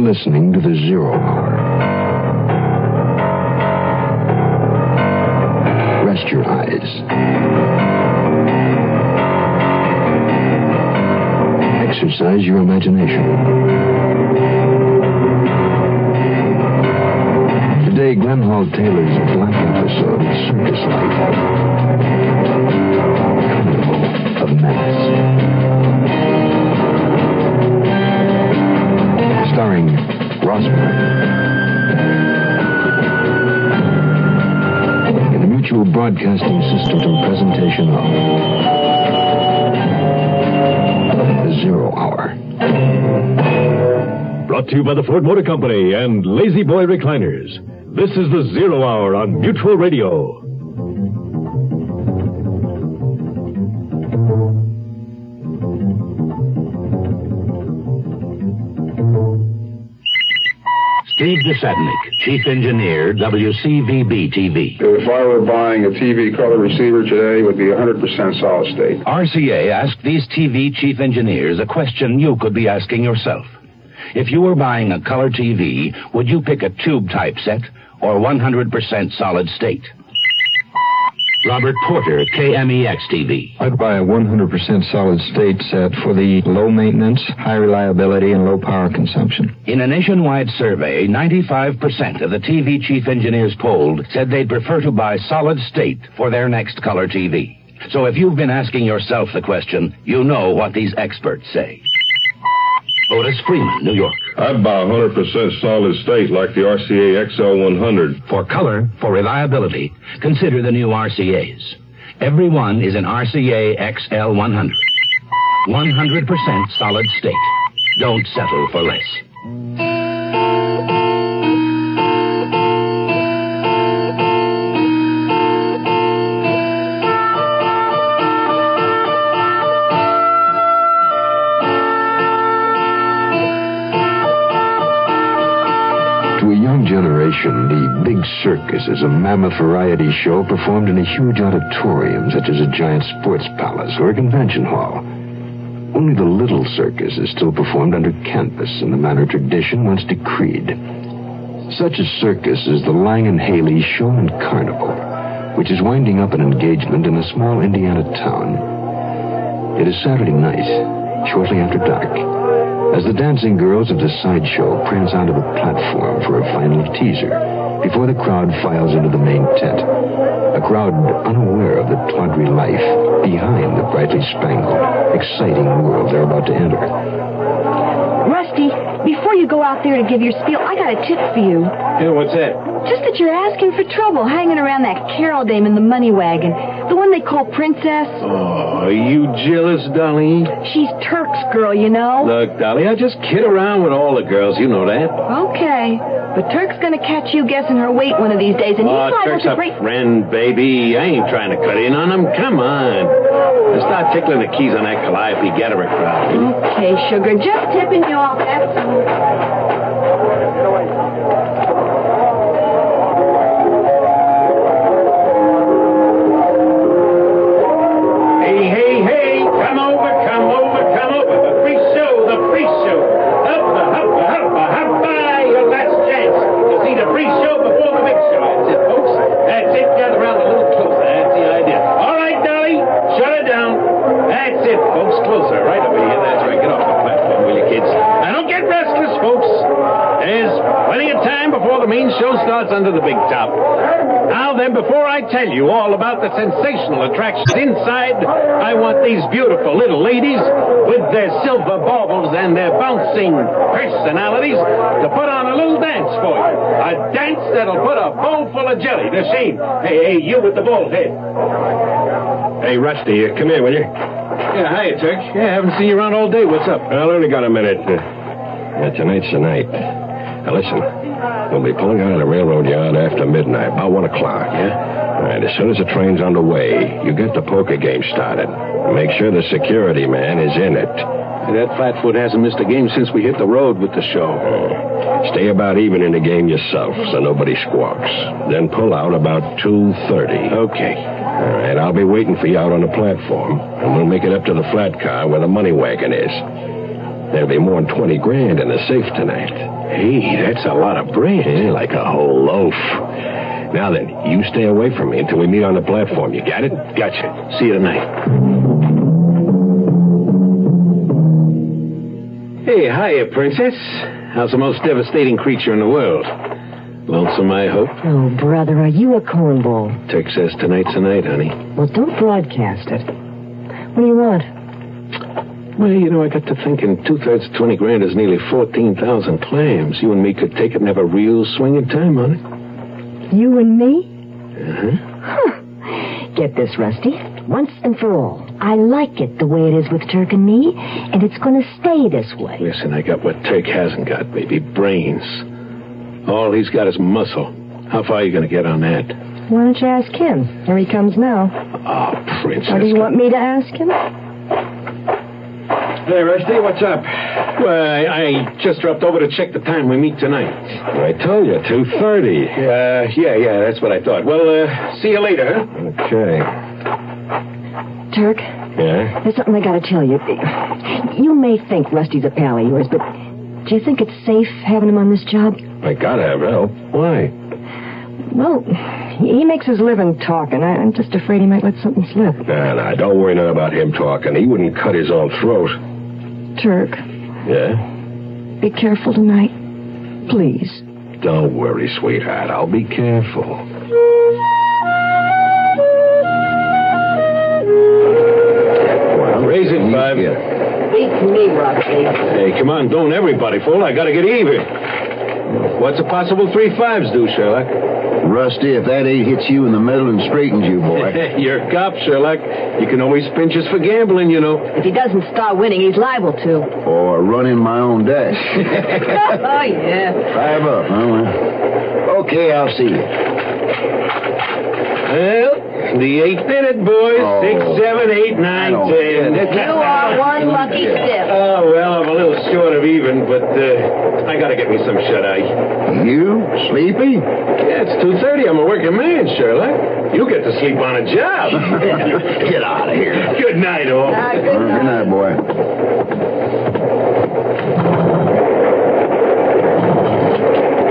listening to the Zero Hour. Rest your eyes. Exercise your imagination. Today, Glenn Hall Taylor's black episode of Circus Life. Carnival of Menace. starring Ross Martin. In the Mutual Broadcasting System and presentation of The Zero Hour. Brought to you by the Ford Motor Company and Lazy Boy Recliners. This is The Zero Hour on Mutual Radio. Steve Desetnik, Chief Engineer, WCVB TV. If I were buying a TV color receiver today, it would be 100% solid state. RCA asked these TV chief engineers a question you could be asking yourself. If you were buying a color TV, would you pick a tube type set or 100% solid state? Robert Porter, E KMEX TV. I'd buy a 100% solid state set for the low maintenance, high reliability, and low power consumption. In a nationwide survey, 95% of the TV chief engineers polled said they'd prefer to buy solid state for their next color TV. So if you've been asking yourself the question, you know what these experts say. Otis Freeman, New York. I'd buy 100% solid state like the RCA XL100. For color, for reliability, consider the new RCAs. Every one is an RCA XL100. 100% solid state. Don't settle for less. the Big Circus is a mammoth variety show performed in a huge auditorium, such as a giant sports palace or a convention hall. Only the Little Circus is still performed under canvas in the manner tradition once decreed. Such a circus is the Lang and Haley Show and Carnival, which is winding up an engagement in a small Indiana town. It is Saturday night, shortly after dark as the dancing girls of the sideshow prance onto the platform for a final teaser before the crowd files into the main tent. A crowd unaware of the tawdry life behind the brightly spangled, exciting world they're about to enter. Rusty, before you go out there to give your spiel, I got a tip for you. Yeah, what's that? Just that you're asking for trouble hanging around that Carol dame in the money wagon. The one they call Princess. Oh, are you jealous, Dolly? She's Turk's girl, you know. Look, Dolly, I just kid around with all the girls. You know that. Okay. But Turk's gonna catch you guessing her weight one of these days, and Ah, oh, he's liable Turk's to a break. friend, baby. I ain't trying to cut in on him. Come on. Now start tickling the keys on that Calliope Gatherer crowd. Okay, sugar. Just tipping you off. That's Hey, hey, hey! Come over, come over, come over. The free show, the free show. Hubba, hubba, hubba, hubba. Your last chance to see the free show before the big show. That's it, folks. That's it. Gather around a little closer. That's the idea. All right, Dolly. Shut her down. That's it, folks. Closer. Right over here. That's right. Get off the platform, will you, kids? Now, don't get restless, folks. There's plenty of time before the main show starts under the big top. Now then, before I tell you all about the sensational attractions inside, I want these beautiful little ladies with their silver baubles and their bouncing personalities to put on a little dance for you. A dance that'll put a bowl full of jelly to shame. Hey, hey, you with the bald head. Hey, Rusty, uh, come here, will you? Yeah, hiya, Turk. Yeah, haven't seen you around all day. What's up? Well, only got a minute. Uh, yeah, tonight's the night. Now, listen, we'll be pulling out of the railroad yard after midnight, about 1 o'clock. All Yeah? right, as soon as the train's on the way, you get the poker game started. Make sure the security man is in it. That Flatfoot hasn't missed a game since we hit the road with the show. Oh. Stay about even in the game yourself so nobody squawks. Then pull out about 2.30. Okay. All right, I'll be waiting for you out on the platform, and we'll make it up to the flat car where the money wagon is. There'll be more than 20 grand in the safe tonight. Hey, that's a lot of bread. Yeah, like a whole loaf. Now then, you stay away from me until we meet on the platform. You got it? Gotcha. See you tonight. Hey, hiya, Princess. How's the most devastating creature in the world? Lonesome, I hope. Oh, brother, are you a cornball? Tex says tonight's the night, honey. Well, don't broadcast it. What do you want? Well, you know, I got to thinking two thirds of 20 grand is nearly 14,000 clams. You and me could take it and have a real swing in time on it. You and me? Uh-huh. Get this, Rusty. Once and for all. I like it the way it is with Turk and me, and it's going to stay this way. Listen, I got what Turk hasn't got, baby brains. All he's got is muscle. How far are you going to get on that? Why don't you ask him? Here he comes now. Oh, Ah, Princess. Or do you want me to ask him? Hey, Rusty, what's up? Well, I just dropped over to check the time we meet tonight. I told you, 2.30. Uh, yeah, yeah, that's what I thought. Well, uh, see you later, huh? Okay. Turk, Yeah? there's something I got to tell you. You may think Rusty's a pal of yours, but do you think it's safe having him on this job? I gotta have help. Why? Well, he makes his living talking. I- I'm just afraid he might let something slip. Nah, nah, don't worry none about him talking. He wouldn't cut his own throat. Turk, Yeah? be careful tonight. Please. Don't worry, sweetheart. I'll be careful. Well, raise it, Five. Beat me, Rusty. Hey, come on, don't everybody, fool. I gotta get even. What's a possible three fives do, Sherlock? Rusty, if that eight hits you in the middle and straightens you, boy. You're a cop, Sherlock. You can always pinch us for gambling, you know. If he doesn't start winning, he's liable to. or run in my own dash. oh, yeah. Five up, huh? Well, Okay, I'll see you. Well, the eight did it, boys. Oh. Six, seven, eight, nine, don't ten. get it. You are one lucky stiff. Oh, well, I'm a little short of even, but uh, I gotta get me some shut eye. You? Sleepy? Yeah, it's 2.30. I'm a working man, Sherlock. You get to sleep on a job. Get out of here. Good night, all. Ah, Good night, boy.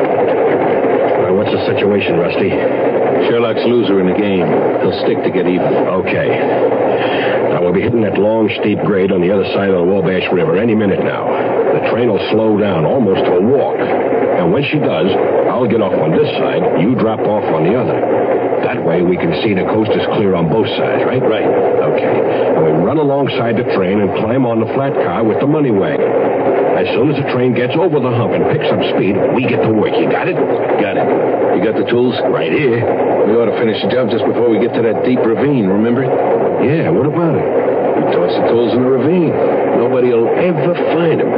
Well, what's the situation, Rusty? Sherlock's loser in the game. He'll stick to get even. Okay. Now, we'll be hitting that long, steep grade on the other side of the Wabash River any minute now. The train will slow down almost to a walk. And when she does, I'll get off on this side, you drop off on the other. That way we can see the coast is clear on both sides, right? Right. Okay. And we run alongside the train and climb on the flat car with the money wagon. As soon as the train gets over the hump and picks up speed, we get to work. You got it? Got it. You got the tools? Right here. We ought to finish the job just before we get to that deep ravine, remember? Yeah, what about it? We toss the tools in the ravine. Nobody will ever find them.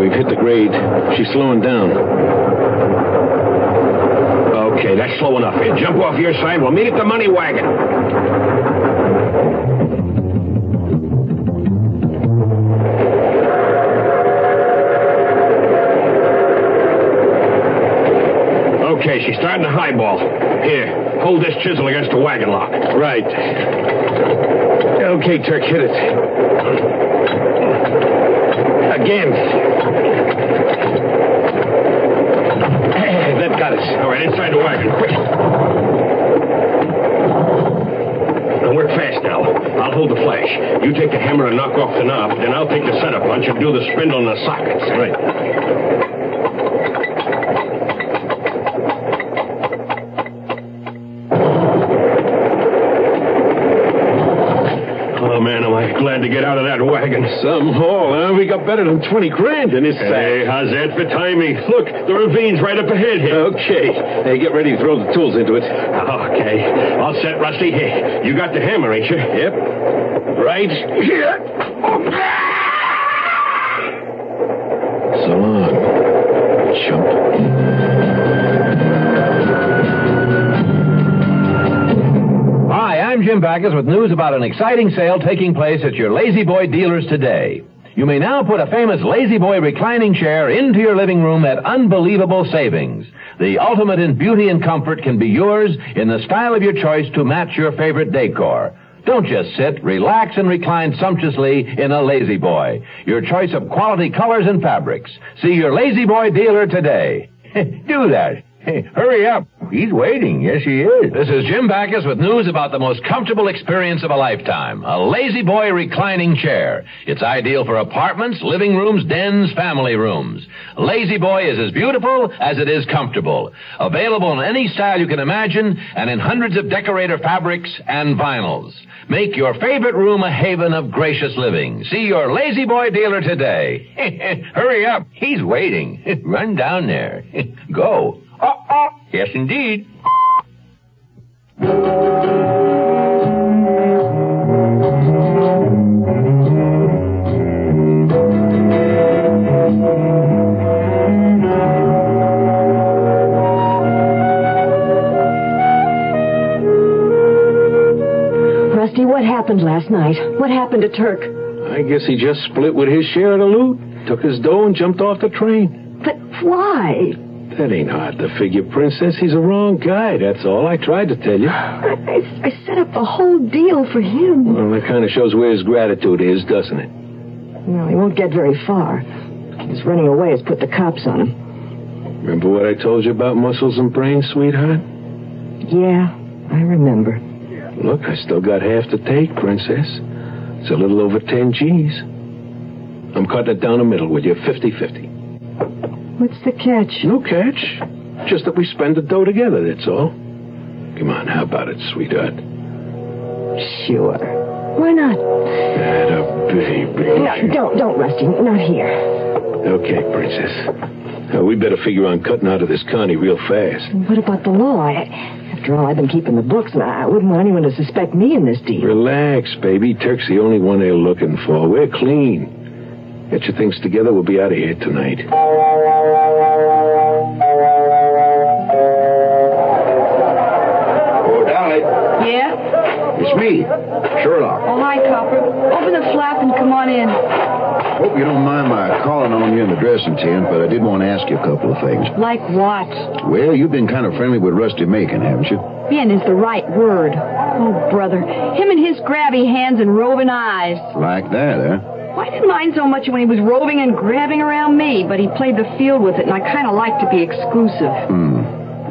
We've hit the grade. She's slowing down. Okay, that's slow enough. Here, jump off your side. We'll meet at the money wagon. Okay, she's starting to highball. Here, hold this chisel against the wagon lock. Right. Okay, Turk, hit it. Again. That got us. All right, inside the wagon, quick. Now work fast now. I'll hold the flash. You take the hammer and knock off the knob, then I'll take the center punch and do the spindle and the sockets. Right. Oh, man, am I glad to get out of that wagon. Some haul, huh? We got better than 20 grand in this sack. Hey, how's that for timing? Look, the ravine's right up ahead here. Okay. Hey, get ready to throw the tools into it. Okay. All set, Rusty. Hey, you got the hammer, ain't you? Yep. Right here. So long, chump. Hi, I'm Jim Backus with news about an exciting sale taking place at your Lazy Boy dealers today. You may now put a famous Lazy Boy reclining chair into your living room at unbelievable savings. The ultimate in beauty and comfort can be yours in the style of your choice to match your favorite decor. Don't just sit, relax, and recline sumptuously in a Lazy Boy. Your choice of quality colors and fabrics. See your Lazy Boy dealer today. Do that. Hurry up. He's waiting. Yes, he is. This is Jim Backus with news about the most comfortable experience of a lifetime a lazy boy reclining chair. It's ideal for apartments, living rooms, dens, family rooms. Lazy Boy is as beautiful as it is comfortable. Available in any style you can imagine and in hundreds of decorator fabrics and vinyls. Make your favorite room a haven of gracious living. See your Lazy Boy dealer today. Hurry up. He's waiting. Run down there. Go. Uh-uh. Yes, indeed. Rusty, what happened last night? What happened to Turk? I guess he just split with his share of the loot, took his dough, and jumped off the train. But why? That ain't hard to figure, Princess. He's a wrong guy, that's all. I tried to tell you. I, I, I set up the whole deal for him. Well, that kind of shows where his gratitude is, doesn't it? Well, he won't get very far. His running away has put the cops on him. Remember what I told you about muscles and brains, sweetheart? Yeah, I remember. Look, I still got half to take, Princess. It's a little over 10 G's. I'm cutting it down the middle with you, 50 50. What's the catch? No catch. Just that we spend the dough together, that's all. Come on, how about it, sweetheart? Sure. Why not? That a baby. No, don't, don't, Rusty. Not here. Okay, Princess. Uh, we better figure on cutting out of this county real fast. What about the law? I, after all, I've been keeping the books, and I wouldn't want anyone to suspect me in this deal. Relax, baby. Turk's the only one they're looking for. We're clean. Get your things together. We'll be out of here tonight. Oh, Dolly, Yeah? it's me, Sherlock. Oh, hi, Copper. Open the flap and come on in. Hope you don't mind my calling on you in the dressing tent, but I did want to ask you a couple of things. Like what? Well, you've been kind of friendly with Rusty Macon, haven't you? Ben is the right word. Oh, brother. Him and his grabby hands and roving eyes. Like that, huh? Why didn't mind so much when he was roving and grabbing around me, but he played the field with it, and I kind of like to be exclusive. Hmm.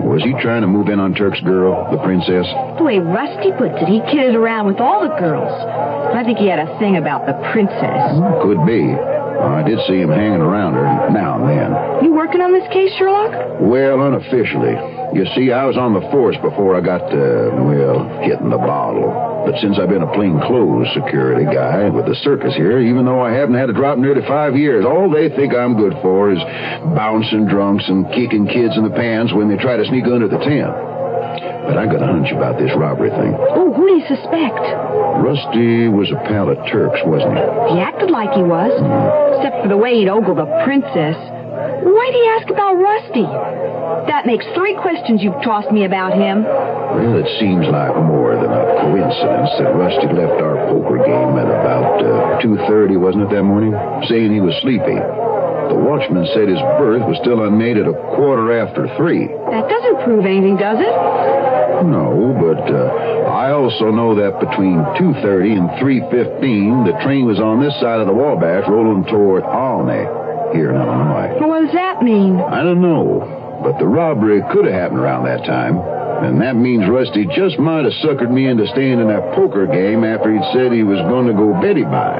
Was he trying to move in on Turk's girl, the princess? The way Rusty puts it, he kidded around with all the girls. I think he had a thing about the princess. Could be. I did see him hanging around her now and then. You working on this case, Sherlock? Well, unofficially. You see, I was on the force before I got, uh, well, hitting the bottle. But since I've been a plainclothes security guy with the circus here, even though I haven't had a drop in nearly five years, all they think I'm good for is bouncing drunks and kicking kids in the pants when they try to sneak under the tent. But I got a hunch about this robbery thing. Oh, who do you suspect? Rusty was a pal of Turk's, wasn't he? He acted like he was, except for the way he'd ogle the princess. Why'd he ask about Rusty? That makes three questions you've tossed me about him. Well, it seems like more than a coincidence that Rusty left our poker game at about uh, 2.30, wasn't it, that morning? Saying he was sleepy. The watchman said his berth was still unmade at a quarter after three. That doesn't prove anything, does it? No, but uh, I also know that between 2.30 and 3.15, the train was on this side of the Wabash rolling toward Olney here in Illinois. What does that mean? I don't know, but the robbery could have happened around that time. And that means Rusty just might have suckered me into staying in that poker game after he'd said he was going to go Betty by.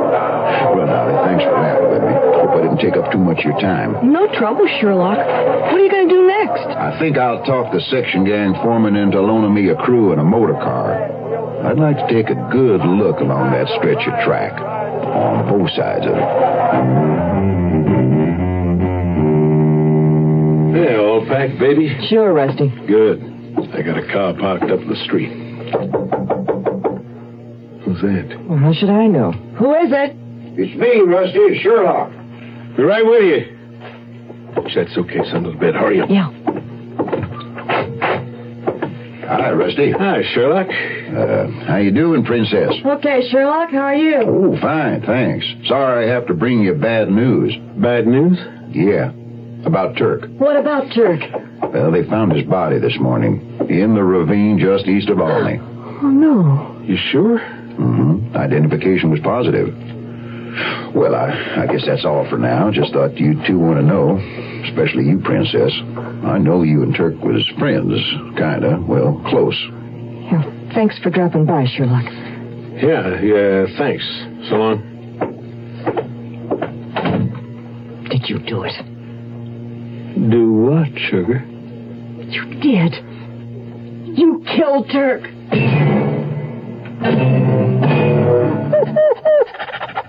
Well, Dolly, thanks for that with me. Hope I didn't take up too much of your time. No trouble, Sherlock. What are you going to do next? I think I'll talk the section gang foreman into loaning me a crew and a motor car. I'd like to take a good look along that stretch of track on both sides of it. Yeah, all packed, baby? Sure, Rusty. Good. I got a car parked up the street. Who's that? Well, how should I know? Who is it? It's me, Rusty. It's Sherlock. Be right with you. Push that suitcase under the bed. Hurry up. Yeah. Hi, Rusty. Hi, Sherlock. Uh, how you doing, Princess? Okay, Sherlock, how are you? Oh, fine, thanks. Sorry I have to bring you bad news. Bad news? Yeah. About Turk. What about Turk? Well, they found his body this morning in the ravine just east of Albany. Oh, no. You sure? Mm-hmm. Identification was positive. Well, I, I guess that's all for now. Just thought you two want to know, especially you, Princess. I know you and Turk was friends, kinda. Well, close. Thanks for dropping by, Sherlock. Yeah, yeah, thanks. So long. Did you do it? Do what, Sugar? You did. You killed Turk.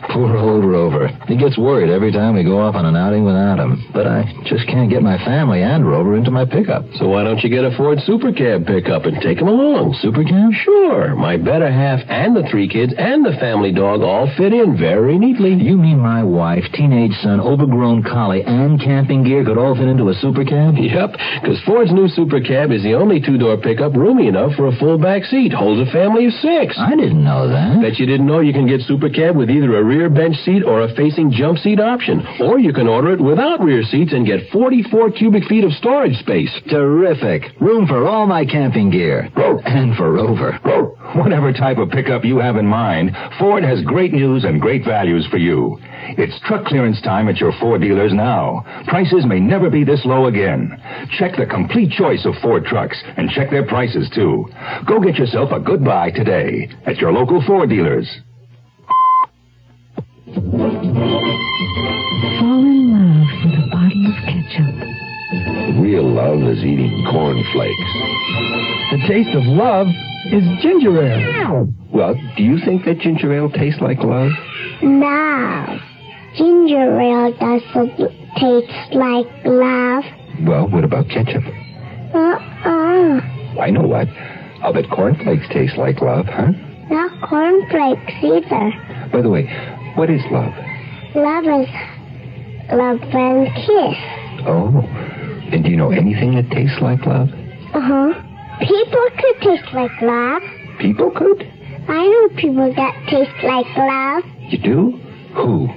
Poor old Rover. He gets worried every time we go off on an outing without him. But I just can't get my family and Rover into my pickup. So why don't you get a Ford Supercab pickup and take them along? Supercab? Sure. My better half and the three kids and the family dog all fit in very neatly. You mean my wife, teenage son, overgrown collie, and camping gear could all fit into a supercab? Yep, because Ford's new Supercab is the only two-door pickup roomy enough for a full back seat. Holds a family of six. I didn't know that. Bet you didn't know you can get Supercab with either a rear bench seat or a facing jump seat option. Or you can order it without rear seats and get 44 cubic feet of storage space. Terrific. Room for all my camping gear. And for Rover. Whatever type of pickup you have in mind, Ford has great news and great values for you. It's truck clearance time at your Ford dealers now. Prices may never be this low again. Check the complete choice of Ford trucks and check their prices too. Go get yourself a good buy today at your local Ford dealers. Fall in love with a bottle of ketchup. Real love is eating cornflakes. The taste of love is ginger ale. Well, do you think that ginger ale tastes like love? Love. Ginger ale doesn't taste like love. Well, what about ketchup? Uh-uh. I know what. I'll bet cornflakes taste like love, huh? Not cornflakes either. By the way, what is love? Love is love and kiss. Oh. And do you know anything that tastes like love? Uh-huh. People could taste like love. People could? I know people that taste like love. You do? Who?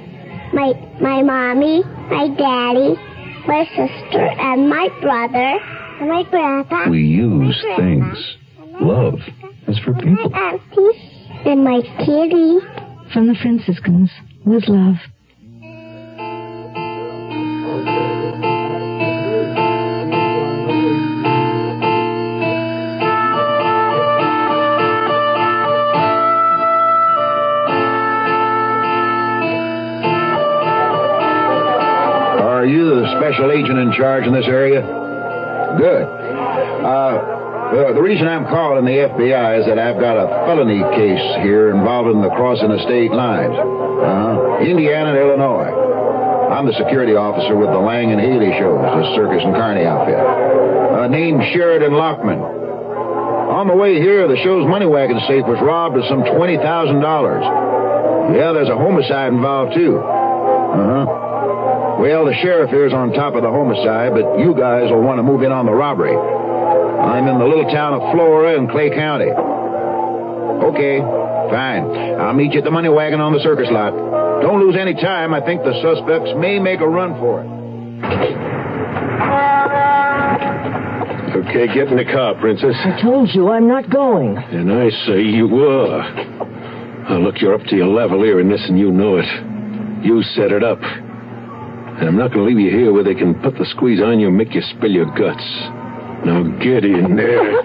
My my mommy, my daddy, my sister, and my brother, and my grandpa. We use things. Love is for people. My auntie and my kitty. From the Franciscans, with love. Are you the special agent in charge in this area? Good. Uh, well, the reason I'm calling the FBI is that I've got a felony case here involving the crossing of state lines. Uh-huh. Indiana and Illinois. I'm the security officer with the Lang and Haley shows, the Circus and Carney outfit. Uh, named Sheridan Lockman. On the way here, the show's money wagon safe was robbed of some $20,000. Yeah, there's a homicide involved, too. Uh-huh. Well, the sheriff here's on top of the homicide, but you guys will want to move in on the robbery. I'm in the little town of Flora in Clay County. Okay, fine. I'll meet you at the money wagon on the circus lot. Don't lose any time. I think the suspects may make a run for it. Okay, get in the car, Princess. I told you I'm not going. And I say you were. Oh, look, you're up to your level here in this, and you know it. You set it up. And I'm not going to leave you here where they can put the squeeze on you and make you spill your guts. Now get in there.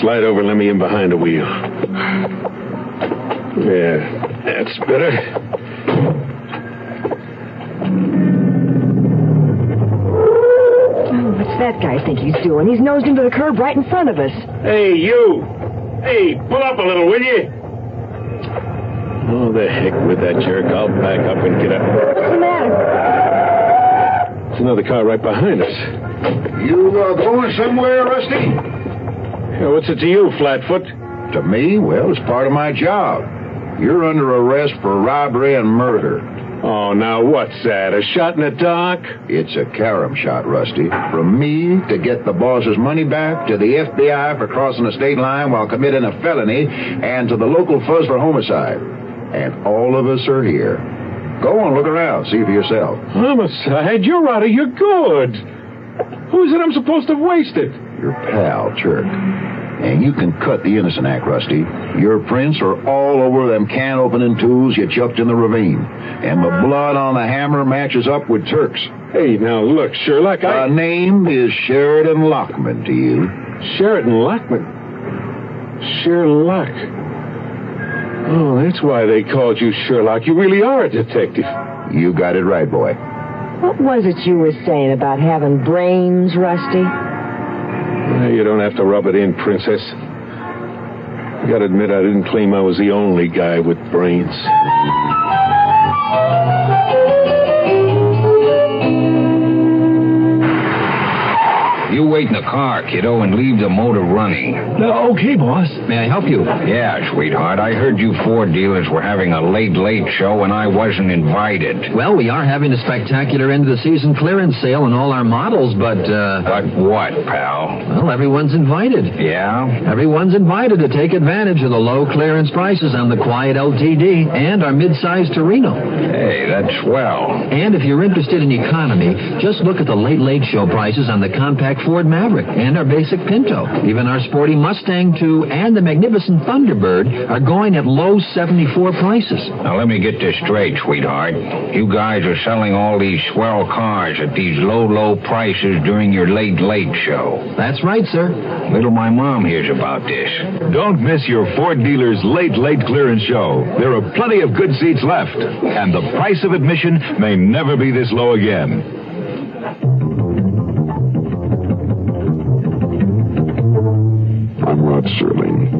Slide over and let me in behind the wheel. Yeah, that's better. Oh, what's that guy think he's doing? He's nosed into the curb right in front of us. Hey, you! Hey, pull up a little, will you? Oh, the heck with that jerk. I'll back up and get up. What's the matter? It's another car right behind us. You uh, going somewhere, Rusty? what's it to you, Flatfoot? To me? Well, it's part of my job. You're under arrest for robbery and murder. Oh, now what's that? A shot in the dark? It's a carom shot, Rusty. From me to get the boss's money back, to the FBI for crossing a state line while committing a felony, and to the local fuzz for homicide. And all of us are here. Go and look around, see for yourself. Homicide? You're out of your good. Who is it I'm supposed to have wasted? Your pal, Turk. And you can cut the innocent act, Rusty. Your prints are all over them can opening tools you chucked in the ravine. And the blood on the hammer matches up with Turk's. Hey, now look, Sherlock, I. The name is Sheridan Lockman to you. Sheridan Lockman? Sherlock. Oh, that's why they called you Sherlock. You really are a detective. You got it right, boy. What was it you were saying about having brains, Rusty? Eh, You don't have to rub it in, Princess. I gotta admit, I didn't claim I was the only guy with brains. You wait in the car, kiddo, and leave the motor running. Uh, okay, boss. May I help you? Yeah, sweetheart. I heard you Ford dealers were having a late, late show, and I wasn't invited. Well, we are having a spectacular end of the season clearance sale on all our models, but, uh. But what, pal? Well, everyone's invited. Yeah? Everyone's invited to take advantage of the low clearance prices on the Quiet LTD and our mid-sized Torino. Hey, that's swell. And if you're interested in economy, just look at the late late show prices on the compact Ford Maverick and our basic Pinto. Even our sporty Mustang 2 and the magnificent Thunderbird are going at low 74 prices. Now, let me get this straight, sweetheart. You guys are selling all these swell cars at these low, low prices during your late, late show. That's right, sir. Little my mom hears about this. Don't miss your Ford dealer's late, late clearance show. There are plenty of good seats left, and the price of admission may never be this low again. I'm Rod Serling.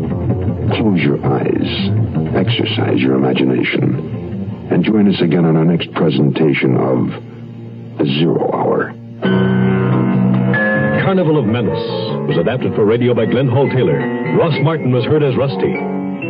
Close your eyes, exercise your imagination, and join us again on our next presentation of The Zero Hour. Carnival of Menace was adapted for radio by Glenn Hall Taylor. Ross Martin was heard as Rusty.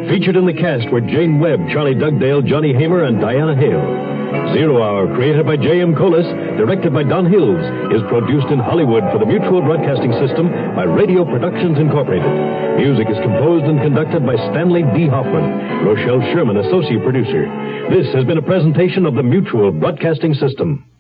Featured in the cast were Jane Webb, Charlie Dugdale, Johnny Hamer, and Diana Hale. Zero Hour, created by J.M. Colas, directed by Don Hills, is produced in Hollywood for the Mutual Broadcasting System by Radio Productions Incorporated. Music is composed and conducted by Stanley D. Hoffman, Rochelle Sherman, associate producer. This has been a presentation of the Mutual Broadcasting System.